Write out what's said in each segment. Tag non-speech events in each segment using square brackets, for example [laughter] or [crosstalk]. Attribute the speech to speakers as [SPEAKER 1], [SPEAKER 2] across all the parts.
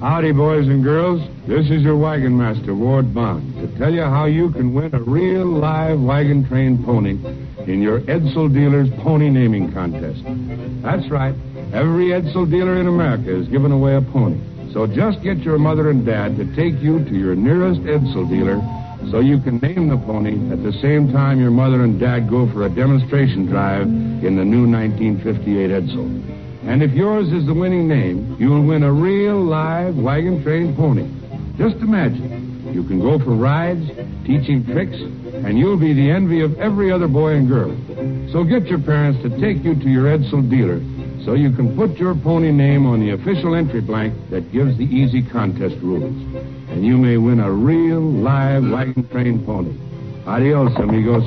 [SPEAKER 1] Howdy, boys and girls. This is your wagon master, Ward Bond, to tell you how you can win a real live wagon train pony in your Edsel dealer's pony naming contest. That's right. Every Edsel dealer in America is giving away a pony. So just get your mother and dad to take you to your nearest Edsel dealer so you can name the pony at the same time your mother and dad go for a demonstration drive in the new 1958 Edsel. And if yours is the winning name, you'll win a real live wagon train pony. Just imagine. You can go for rides, teach him tricks, and you'll be the envy of every other boy and girl. So get your parents to take you to your Edsel dealer so you can put your pony name on the official entry blank that gives the easy contest rules. And you may win a real live wagon train pony. Adios, amigos.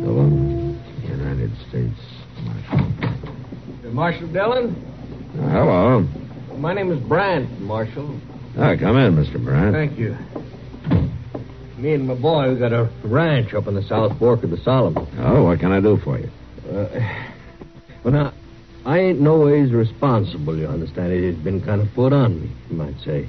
[SPEAKER 2] Dillon, United States Marshal.
[SPEAKER 3] Marshal Dillon?
[SPEAKER 2] Hello.
[SPEAKER 3] My name is Bryant, Marshal.
[SPEAKER 2] Ah, come in, Mr. Bryant.
[SPEAKER 3] Thank you. Me and my boy, we got a ranch up in the South Fork of the Solomon.
[SPEAKER 2] Oh, what can I do for you?
[SPEAKER 3] Uh, but now, I ain't no ways responsible, you understand. It has been kind of put on me, you might say.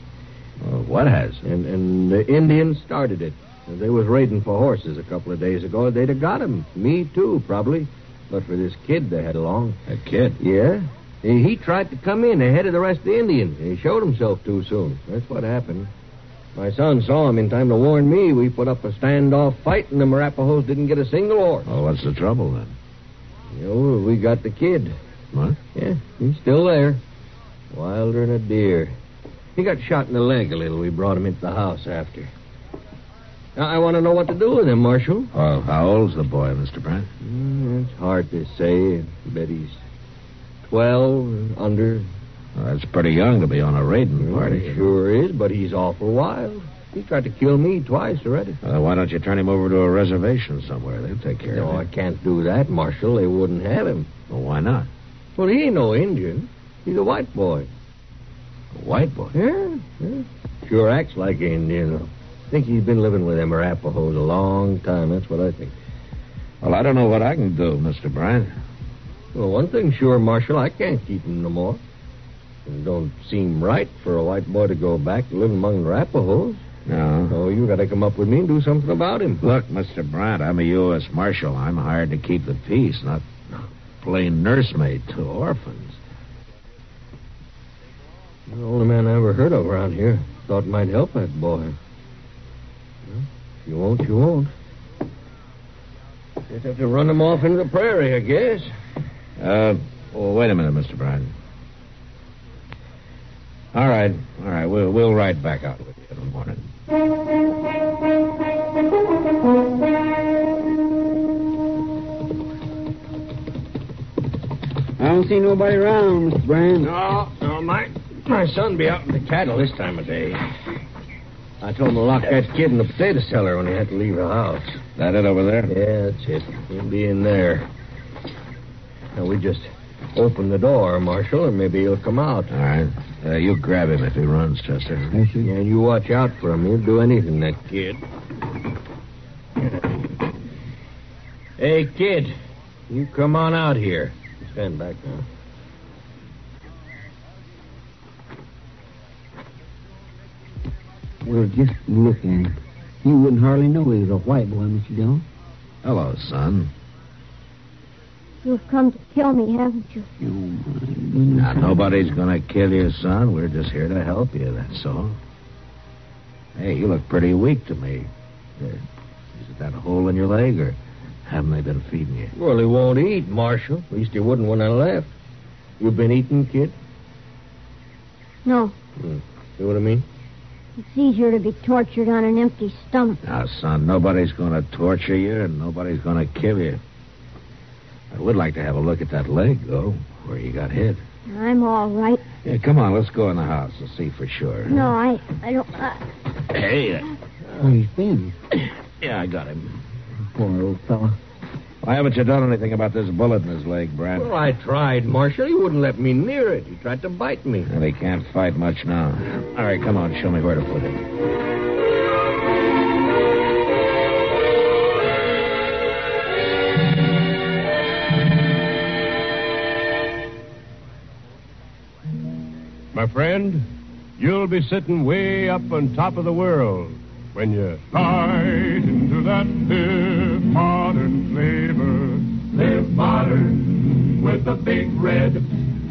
[SPEAKER 2] Uh, what has?
[SPEAKER 3] And, and the Indians started it. They was raiding for horses a couple of days ago. They'd have got 'em. Me, too, probably. But for this kid they had along.
[SPEAKER 2] A kid.
[SPEAKER 3] Yeah. He he tried to come in ahead of the rest of the Indians. He showed himself too soon. That's what happened. My son saw him in time to warn me. We put up a standoff fight, and the Arapahoes didn't get a single horse.
[SPEAKER 2] Well, what's the trouble then?
[SPEAKER 3] You know, Oh, we got the kid.
[SPEAKER 2] What?
[SPEAKER 3] Yeah, he's still there. Wilder than a deer. He got shot in the leg a little. We brought him into the house after. Now, I want to know what to do with him, Marshal.
[SPEAKER 2] Well, how old's the boy, Mr. Bryant?
[SPEAKER 3] Mm, it's hard to say. I bet he's 12 and under.
[SPEAKER 2] Well, that's pretty young to be on a raiding
[SPEAKER 3] Well,
[SPEAKER 2] party.
[SPEAKER 3] he sure is, but he's awful wild. He tried to kill me twice already.
[SPEAKER 2] Uh, why don't you turn him over to a reservation somewhere? They'll take care
[SPEAKER 3] No,
[SPEAKER 2] of
[SPEAKER 3] I
[SPEAKER 2] him.
[SPEAKER 3] can't do that, Marshal. They wouldn't have him.
[SPEAKER 2] Well, why not?
[SPEAKER 3] Well, he ain't no Indian. He's a white boy.
[SPEAKER 2] A white boy.
[SPEAKER 3] Yeah, yeah. Sure acts like an Indian. though. think he's been living with them Arapahoes a long time. That's what I think.
[SPEAKER 2] Well, I don't know what I can do, Mr. Bryant.
[SPEAKER 3] Well, one thing sure, Marshal, I can't keep him no more. It don't seem right for a white boy to go back to live among the Arapahoes.
[SPEAKER 2] No.
[SPEAKER 3] So you got to come up with me and do something about him.
[SPEAKER 2] Look, Mr. Bryant, I'm a U.S. Marshal. I'm hired to keep the peace, not play nursemaid to orphans.
[SPEAKER 3] The only man I ever heard of around here. Thought might help that boy. Well, if you won't, you won't. Just have to run him off into the prairie, I guess.
[SPEAKER 2] Uh, well, wait a minute, Mr. Bryant. All right, all right. We'll, we'll ride back out with you in the morning.
[SPEAKER 4] I don't see nobody around, Mr. Brand.
[SPEAKER 3] No, no, my my son be out with the cattle this time of day. I told him to lock that kid in the potato cellar when he had to leave the house.
[SPEAKER 2] That it over there?
[SPEAKER 3] Yeah, that's it. He'll be in there. Now, we just open the door, Marshal, and maybe he'll come out.
[SPEAKER 2] All right. Uh, you grab him if he runs, Chester.
[SPEAKER 3] Yeah, you watch out for him. He'll do anything, that kid. Hey, kid, you come on out here. Stand back now.
[SPEAKER 4] Well, just look at him. You wouldn't hardly know he was a white boy, Mr. Dillon.
[SPEAKER 2] Hello, son.
[SPEAKER 5] You've come to kill me, haven't you?
[SPEAKER 4] Oh, my
[SPEAKER 2] Now,
[SPEAKER 4] goodness.
[SPEAKER 2] nobody's going to kill you, son. We're just here to help you, that's all. Hey, you look pretty weak to me. Uh, Is it that hole in your leg, or haven't they been feeding you?
[SPEAKER 3] Well, he won't eat, Marshal. At least he wouldn't when I left. You been eating, kid?
[SPEAKER 5] No.
[SPEAKER 3] See what I mean?
[SPEAKER 5] It's easier to be tortured on an empty stomach.
[SPEAKER 2] Now, son, nobody's going to torture you, and nobody's going to kill you. I would like to have a look at that leg, though, where you got hit.
[SPEAKER 5] I'm all right.
[SPEAKER 2] Yeah, come on, let's go in the house and see for sure.
[SPEAKER 5] No, I, I don't. I,
[SPEAKER 2] Hey, uh,
[SPEAKER 4] Where's Ben?
[SPEAKER 2] yeah, I got him.
[SPEAKER 4] Poor old fellow.
[SPEAKER 2] Why haven't you done anything about this bullet in his leg, Brad?
[SPEAKER 3] Well, I tried, Marshal. He wouldn't let me near it. He tried to bite me.
[SPEAKER 2] Well, he can't fight much now. All right, come on, show me where to put him.
[SPEAKER 1] My friend, you'll be sitting way up on top of the world when you slide into that live modern flavor. Live modern with the big red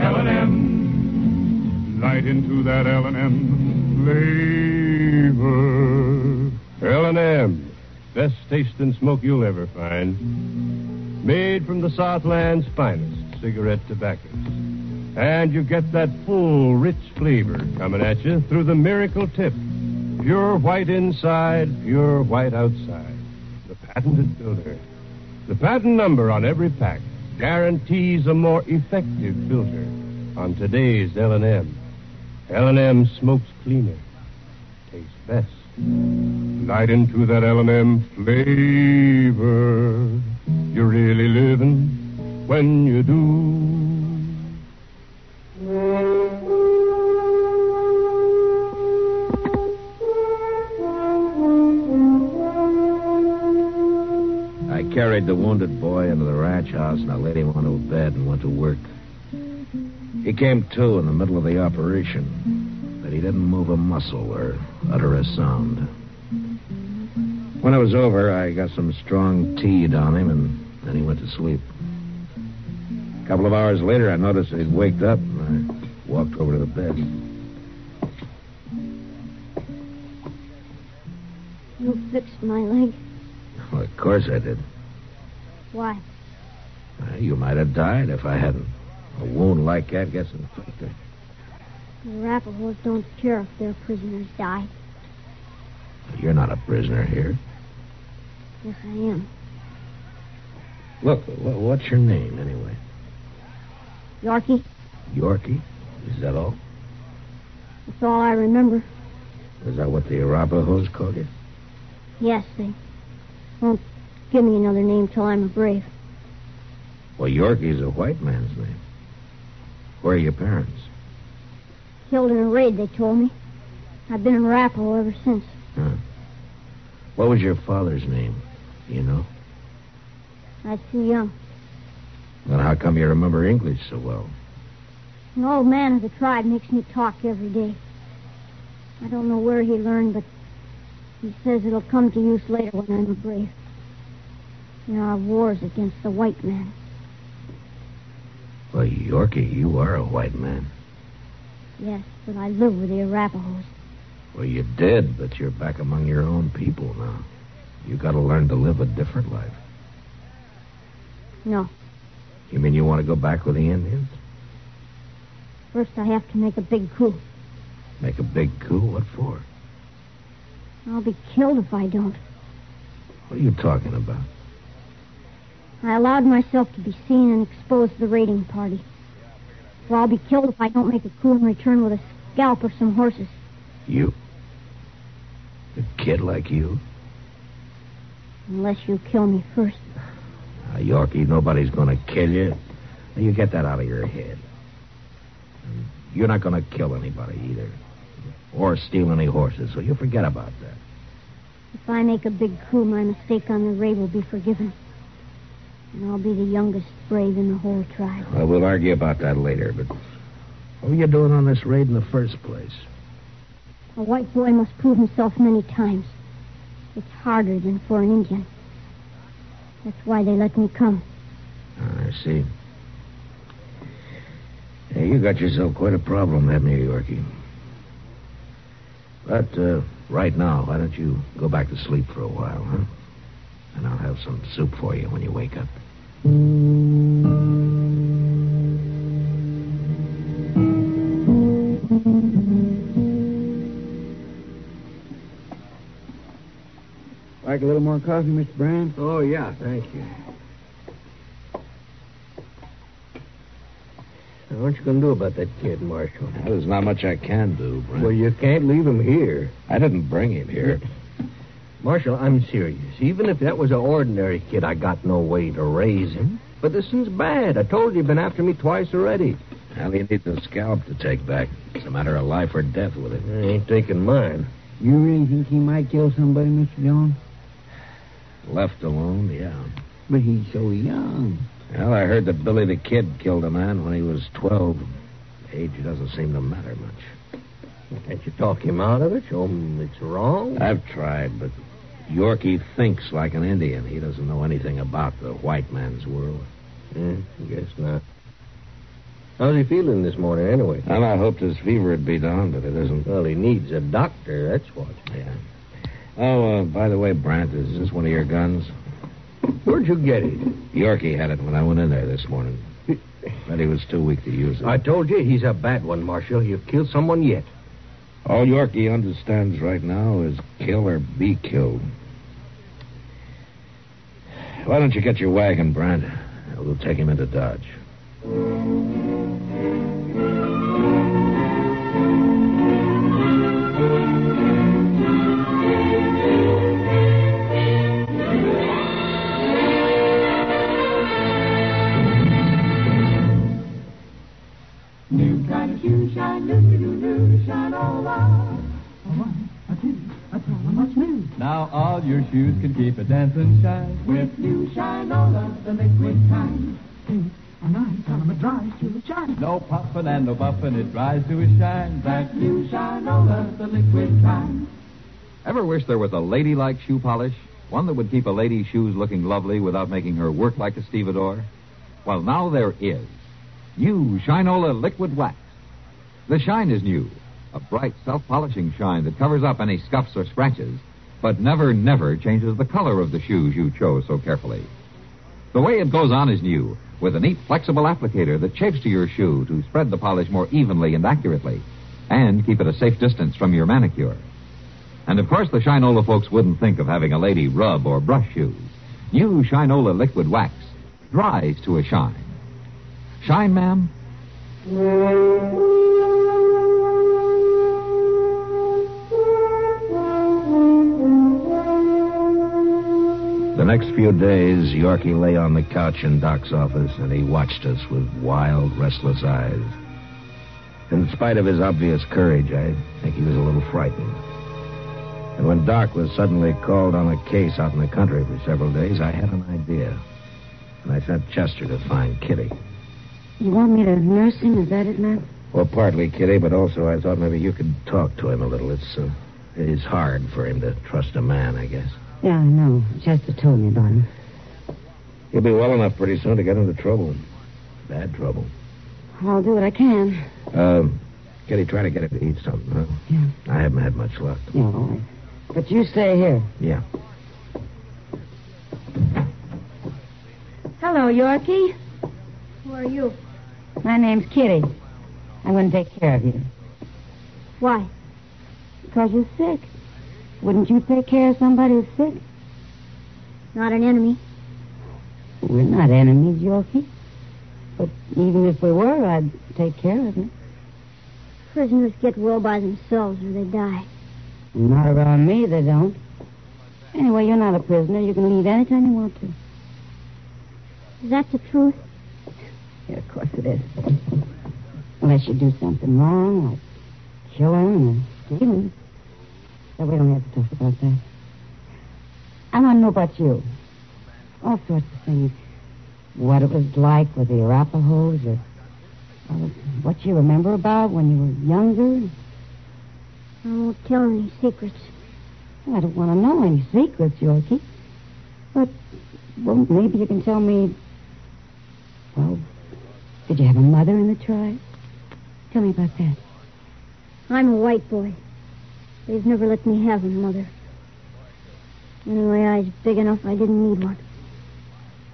[SPEAKER 1] L&M. Light into that L&M flavor. L&M, best taste and smoke you'll ever find. Made from the Southland's finest cigarette tobaccos. And you get that full, rich flavor coming at you through the miracle tip. Pure white inside, pure white outside. The patented filter. The patent number on every pack guarantees a more effective filter on today's L&M. L&M smokes cleaner, tastes best. Light into that L&M flavor. You're really living when you do.
[SPEAKER 2] I carried the wounded boy into the ranch house, and I laid him onto a bed and went to work. He came to in the middle of the operation, but he didn't move a muscle or utter a sound. When it was over, I got some strong tea on him, and then he went to sleep. A couple of hours later, I noticed that he'd waked up, and I walked over to the bed.
[SPEAKER 5] you fixed my leg.
[SPEAKER 2] Well, of course I did.
[SPEAKER 5] Why?
[SPEAKER 2] Uh, You might have died if I hadn't. A wound like that gets infected.
[SPEAKER 5] The Arapahoes don't care if their prisoners die.
[SPEAKER 2] You're not a prisoner here.
[SPEAKER 5] Yes, I am.
[SPEAKER 2] Look, wh- what's your name anyway?
[SPEAKER 5] Yorkie,
[SPEAKER 2] Yorkie? Is that all?
[SPEAKER 5] that's all I remember.
[SPEAKER 2] Is that what the Arapahoes called you?
[SPEAKER 5] Yes, they won't give me another name till I'm a brave.
[SPEAKER 2] Well, Yorkie's a white man's name. Where are your parents?
[SPEAKER 5] Killed in a raid, they told me. I've been an Arapaho ever since.
[SPEAKER 2] Huh. What was your father's name? You know?
[SPEAKER 5] I was too young.
[SPEAKER 2] Then how come you remember English so well?
[SPEAKER 5] An old man of the tribe makes me talk every day. I don't know where he learned, but he says it'll come to use later when I'm a brave. In our wars against the white man.
[SPEAKER 2] Well, Yorkie, you are a white man.
[SPEAKER 5] Yes, but I live with the Arapahoes.
[SPEAKER 2] Well, you did, but you're back among your own people now. You gotta learn to live a different life.
[SPEAKER 5] No,
[SPEAKER 2] You mean you want to go back with the Indians?
[SPEAKER 5] first I have to make a big coup.
[SPEAKER 2] Make a big coup? What for?
[SPEAKER 5] I'll be killed if I don't.
[SPEAKER 2] What are you talking about?
[SPEAKER 5] I allowed myself to be seen and exposed to the raiding party. So I'll be killed if I don't make a coup and return with a scalp or some horses.
[SPEAKER 2] You? A kid like you?
[SPEAKER 5] Unless you kill me first.
[SPEAKER 2] Now, Yorkie, nobody's going to kill you.
[SPEAKER 3] Now, you get that out of your head. And You're not going to kill anybody either, or steal any horses, so you forget about that.
[SPEAKER 5] If I make a big coup, my mistake on the raid will be forgiven. And I'll be the youngest brave in the whole tribe.
[SPEAKER 3] Well, we'll argue about that later, but what were you doing on this raid in the first place?
[SPEAKER 5] A white boy must prove himself many times. It's harder than for an Indian. That's why they let me come.
[SPEAKER 3] Ah, I see. Yeah, you got yourself quite a problem, haven't you, Yorkie? But uh, right now, why don't you go back to sleep for a while, huh? And I'll have some soup for you when you wake up.
[SPEAKER 1] Like a little more coffee, Mr. Brand?
[SPEAKER 6] Oh, yeah, thank you. Now, what you going to do about that kid, Marshal?
[SPEAKER 3] Now, there's not much I can do, Brent.
[SPEAKER 6] Well, you can't leave him here.
[SPEAKER 3] I didn't bring him [laughs] here.
[SPEAKER 6] Marshal, I'm serious. Even if that was an ordinary kid, I got no way to raise him. But this one's bad. I told you, you've been after me twice already.
[SPEAKER 3] Now, you need the scalp to take back. It's a matter of life or death with it.
[SPEAKER 6] I ain't taking mine.
[SPEAKER 1] You really think he might kill somebody, Mr. Jones?
[SPEAKER 3] Left alone, yeah.
[SPEAKER 1] But he's so young.
[SPEAKER 3] Well, I heard that Billy the Kid killed a man when he was 12. Age doesn't seem to matter much.
[SPEAKER 6] Can't you talk him out of it? Show him it's wrong?
[SPEAKER 3] I've tried, but Yorkie thinks like an Indian. He doesn't know anything about the white man's world.
[SPEAKER 6] Eh, guess not. How's he feeling this morning, anyway?
[SPEAKER 3] Well, I hoped his fever would be down, but it isn't.
[SPEAKER 6] Well, he needs a doctor, that's what.
[SPEAKER 3] Yeah. Oh, uh, by the way, Brant, is this one of your guns?
[SPEAKER 6] Where'd you get it?
[SPEAKER 3] Yorkie had it when I went in there this morning. But he was too weak to use it.
[SPEAKER 6] I told you he's a bad one, Marshal. You've killed someone yet.
[SPEAKER 3] All Yorkie understands right now is kill or be killed. Why don't you get your wagon, Brant? We'll take him into Dodge.
[SPEAKER 7] Now all your shoes can keep a dancing shine. With new shine all of the liquid kind. And I tell them it dries to a shine. No puffin' and no buffin', it dries to a shine. That new shine all of the liquid kind.
[SPEAKER 2] Ever wish there was a ladylike shoe polish? One that would keep a lady's shoes looking lovely without making her work like a stevedore? Well, now there is. New Shinola Liquid Wax. The shine is new. A bright, self polishing shine that covers up any scuffs or scratches, but never, never changes the color of the shoes you chose so carefully. The way it goes on is new, with a neat, flexible applicator that shapes to your shoe to spread the polish more evenly and accurately, and keep it a safe distance from your manicure. And of course, the Shinola folks wouldn't think of having a lady rub or brush shoes. New Shinola liquid wax dries to a shine. Shine, ma'am?
[SPEAKER 3] The next few days, Yorkie lay on the couch in Doc's office and he watched us with wild, restless eyes. In spite of his obvious courage, I think he was a little frightened. And when Doc was suddenly called on a case out in the country for several days, I had an idea. And I sent Chester to find Kitty.
[SPEAKER 5] You want me to nurse him? Is that it, Matt?
[SPEAKER 3] Well, partly Kitty, but also I thought maybe you could talk to him a little. It's, uh, it's hard for him to trust a man, I guess.
[SPEAKER 8] Yeah, I know. Chester told me about him.
[SPEAKER 3] He'll be well enough pretty soon to get into trouble. Bad trouble.
[SPEAKER 8] I'll do what I can.
[SPEAKER 3] Um, Kitty, try to get him to eat something, huh?
[SPEAKER 8] Yeah.
[SPEAKER 3] I haven't had much luck.
[SPEAKER 8] Yeah, all right. But you stay here.
[SPEAKER 3] Yeah.
[SPEAKER 8] Hello, Yorkie.
[SPEAKER 5] Who are you?
[SPEAKER 8] My name's Kitty. I'm going to take care of you.
[SPEAKER 5] Why?
[SPEAKER 8] Because you're sick. Wouldn't you take care of somebody who's sick?
[SPEAKER 5] Not an enemy.
[SPEAKER 8] We're not enemies, Yorkie. But even if we were, I'd take care of you.
[SPEAKER 5] Prisoners get well by themselves or they die.
[SPEAKER 8] Not around me, they don't. Anyway, you're not a prisoner. You can leave anytime you want to.
[SPEAKER 5] Is that the truth?
[SPEAKER 8] Yeah, of course it is. Unless you do something wrong, like killing or stealing. But we don't have to talk about that. I want to know about you. All sorts of things. What it was like with the Arapahoes, or uh, what you remember about when you were younger.
[SPEAKER 5] I won't tell any secrets.
[SPEAKER 8] I don't want to know any secrets, Yorkie. But, well, maybe you can tell me. Well, did you have a mother in the tribe? Tell me about that.
[SPEAKER 5] I'm a white boy. They've never let me have a mother. Anyway, I was big enough I didn't need one.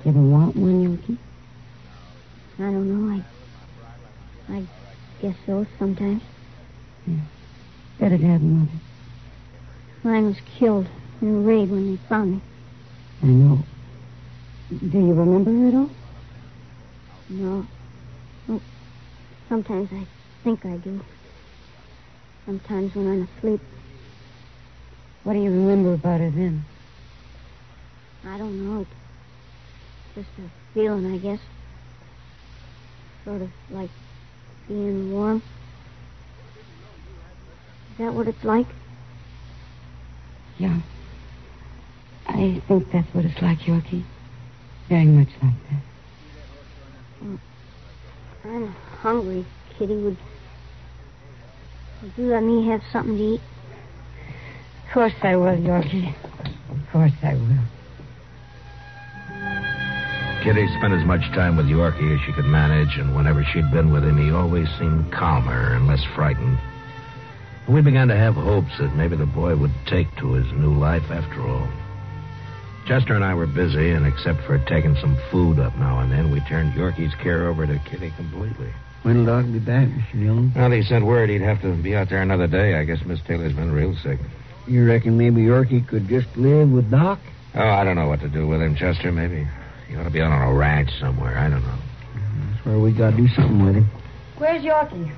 [SPEAKER 8] You ever want one, Yorkie?
[SPEAKER 5] I don't know. I, I guess so sometimes.
[SPEAKER 8] Better to have a mother.
[SPEAKER 5] Mine was killed in a raid when they found me.
[SPEAKER 8] I know. Do you remember her at all?
[SPEAKER 5] No. Well, Sometimes I think I do. Sometimes when I'm asleep,
[SPEAKER 8] What do you remember about her then?
[SPEAKER 5] I don't know. It's just a feeling, I guess. Sort of like being warm. Is that what it's like?
[SPEAKER 8] Yeah. I think that's what it's like, Yorkie. Very much like that.
[SPEAKER 5] I'm hungry, Kitty. Would, would you let me have something to eat?
[SPEAKER 8] Of course I will, Yorkie. Of course I will.
[SPEAKER 3] Kitty spent as much time with Yorkie as she could manage, and whenever she'd been with him, he always seemed calmer and less frightened. We began to have hopes that maybe the boy would take to his new life after all. Chester and I were busy, and except for taking some food up now and then, we turned Yorkie's care over to Kitty completely.
[SPEAKER 1] When'll Doc be back, Mr. Dillon?
[SPEAKER 3] Well, he sent word he'd have to be out there another day. I guess Miss Taylor's been real sick.
[SPEAKER 1] You reckon maybe Yorkie could just live with Doc?
[SPEAKER 3] Oh, I don't know what to do with him, Chester. Maybe he ought to be out on a ranch somewhere. I don't know.
[SPEAKER 1] That's where we gotta do something with him.
[SPEAKER 8] Where's Yorkie?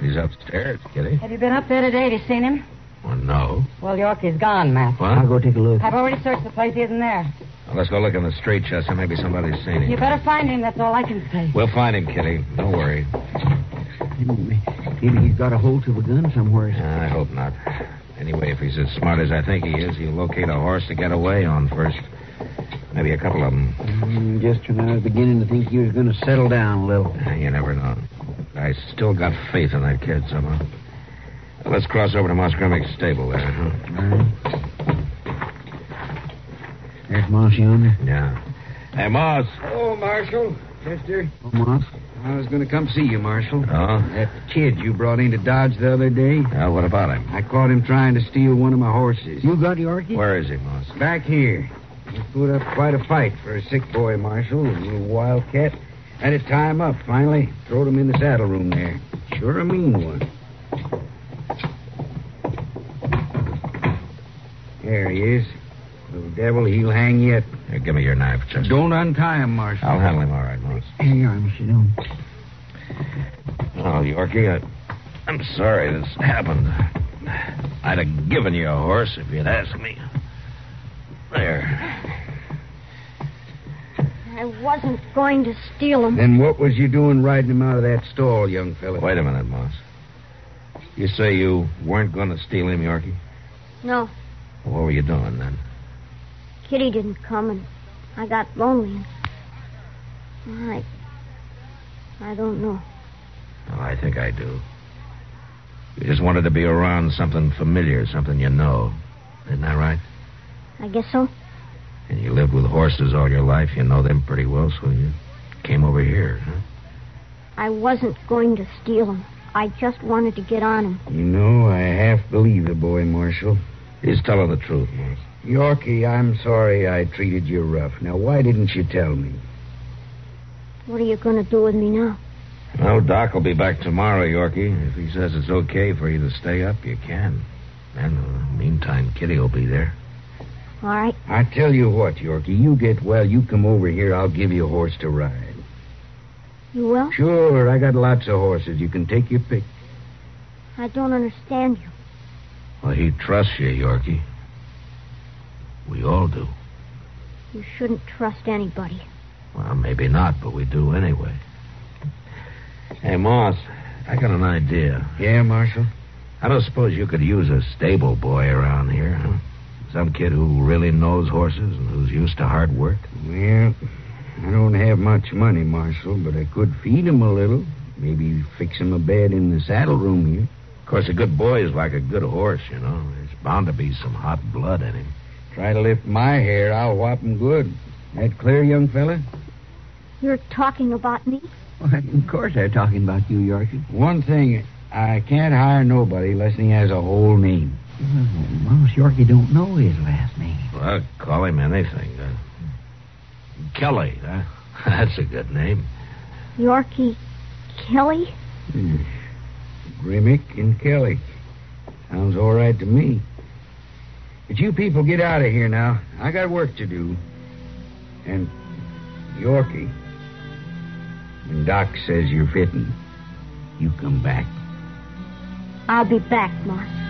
[SPEAKER 3] he's upstairs, Kitty.
[SPEAKER 8] Have you been up there today? Have you seen him?
[SPEAKER 3] Well, no.
[SPEAKER 8] Well, Yorkie's gone, Matt.
[SPEAKER 3] What?
[SPEAKER 1] I'll go take a look.
[SPEAKER 8] I've already searched the place. He isn't there.
[SPEAKER 3] Well, let's go look in the street, Chester. Maybe somebody's seen him.
[SPEAKER 8] You better find him. That's all I can say.
[SPEAKER 3] We'll find him, Kitty. Don't worry.
[SPEAKER 1] Maybe he's got a hold of a gun somewhere.
[SPEAKER 3] I hope not. Anyway, if he's as smart as I think he is, he'll locate a horse to get away on first. Maybe a couple of them.
[SPEAKER 1] Mm, just when I was beginning to think he was going to settle down a little.
[SPEAKER 3] You never know. I still got faith in that kid somehow. Well, let's cross over to Mosgrimmick's stable there, huh?
[SPEAKER 1] There's Moss yonder.
[SPEAKER 3] Yeah. Hey, Moss.
[SPEAKER 9] Oh, Marshal. Chester.
[SPEAKER 1] Oh, Moss.
[SPEAKER 9] I was going to come see you, Marshal.
[SPEAKER 3] Oh?
[SPEAKER 9] That kid you brought into Dodge the other day,
[SPEAKER 3] Well, what about him?
[SPEAKER 9] I caught him trying to steal one of my horses.
[SPEAKER 1] You got Yorkie?
[SPEAKER 3] Where is he, Moss?
[SPEAKER 9] Back here. He put up quite a fight for a sick boy, Marshal. A little wildcat. Had to tie him up, finally. Throwed him in the saddle room there. Sure a mean one. There he is. Little devil, he'll hang yet.
[SPEAKER 3] Here, give me your knife, Chester.
[SPEAKER 9] Don't untie him, Marshal.
[SPEAKER 3] I'll handle him all right, Moss.
[SPEAKER 1] Here you are, Mr. Dillon.
[SPEAKER 3] Oh, Yorkie, I, I'm sorry this happened. I'd have given you a horse if you'd asked me. There.
[SPEAKER 5] I wasn't going to steal them.
[SPEAKER 9] Then what was you doing riding him out of that stall, young fella?
[SPEAKER 3] Wait a minute, Moss. You say you weren't going to steal him, Yorkie?
[SPEAKER 5] No,
[SPEAKER 3] What were you doing then?
[SPEAKER 5] Kitty didn't come, and I got lonely. And I, I don't know.
[SPEAKER 9] Oh,
[SPEAKER 3] Well, I think I do. You just wanted to be around something familiar, something you know. Isn't that right?
[SPEAKER 5] I guess so.
[SPEAKER 3] And you lived with horses all your life. You know them pretty well, so you came over here, huh?
[SPEAKER 5] I wasn't going to steal them. I just wanted to get on them.
[SPEAKER 9] You know, I half believe the boy, Marshal.
[SPEAKER 3] He's telling the truth, Moss.
[SPEAKER 9] Yorkie, I'm sorry I treated you rough. Now, why didn't you tell me?
[SPEAKER 5] What are you going to do with me now?
[SPEAKER 3] Well, Doc will be back tomorrow, Yorkie. If he says it's okay for you to stay up, you can. And in the meantime, Kitty will be there.
[SPEAKER 5] All right,
[SPEAKER 9] I tell you what, Yorkie, you get well, you come over here, I'll give you a horse to ride.
[SPEAKER 5] you will?
[SPEAKER 9] Sure, I got lots of horses. You can take your pick.
[SPEAKER 5] I don't understand you.
[SPEAKER 3] Well, he trusts you, Yorkie. We all do.
[SPEAKER 5] You shouldn't trust anybody.
[SPEAKER 10] Well, maybe not, but we do anyway. Hey, Moss, I got an idea.
[SPEAKER 3] Yeah, Marshal?
[SPEAKER 10] I don't suppose you could use a stable boy around here, huh? Some kid who really knows horses and who's used to hard work.
[SPEAKER 3] Yeah. I don't have much money, Marshal, but I could feed him a little. Maybe fix him a bed in the saddle room here.
[SPEAKER 10] Of course, a good boy is like a good horse, you know. There's bound to be some hot blood in him.
[SPEAKER 3] Try to lift my hair, I'll whop him good. That clear, young fella?
[SPEAKER 5] You're talking about me?
[SPEAKER 3] of course they're talking about you, Yorkie. One thing, I can't hire nobody unless he has a whole name.
[SPEAKER 11] Moss Yorkie don't know his last name.
[SPEAKER 10] Well, call him anything. Uh, Kelly, huh? [laughs] That's a good name.
[SPEAKER 5] Yorkie Kelly?
[SPEAKER 3] Hmm. Remick and Kelly. Sounds all right to me. But you people get out of here now. I got work to do. And Yorkie. When Doc says you're fitting, you come back.
[SPEAKER 5] I'll be back, Mark.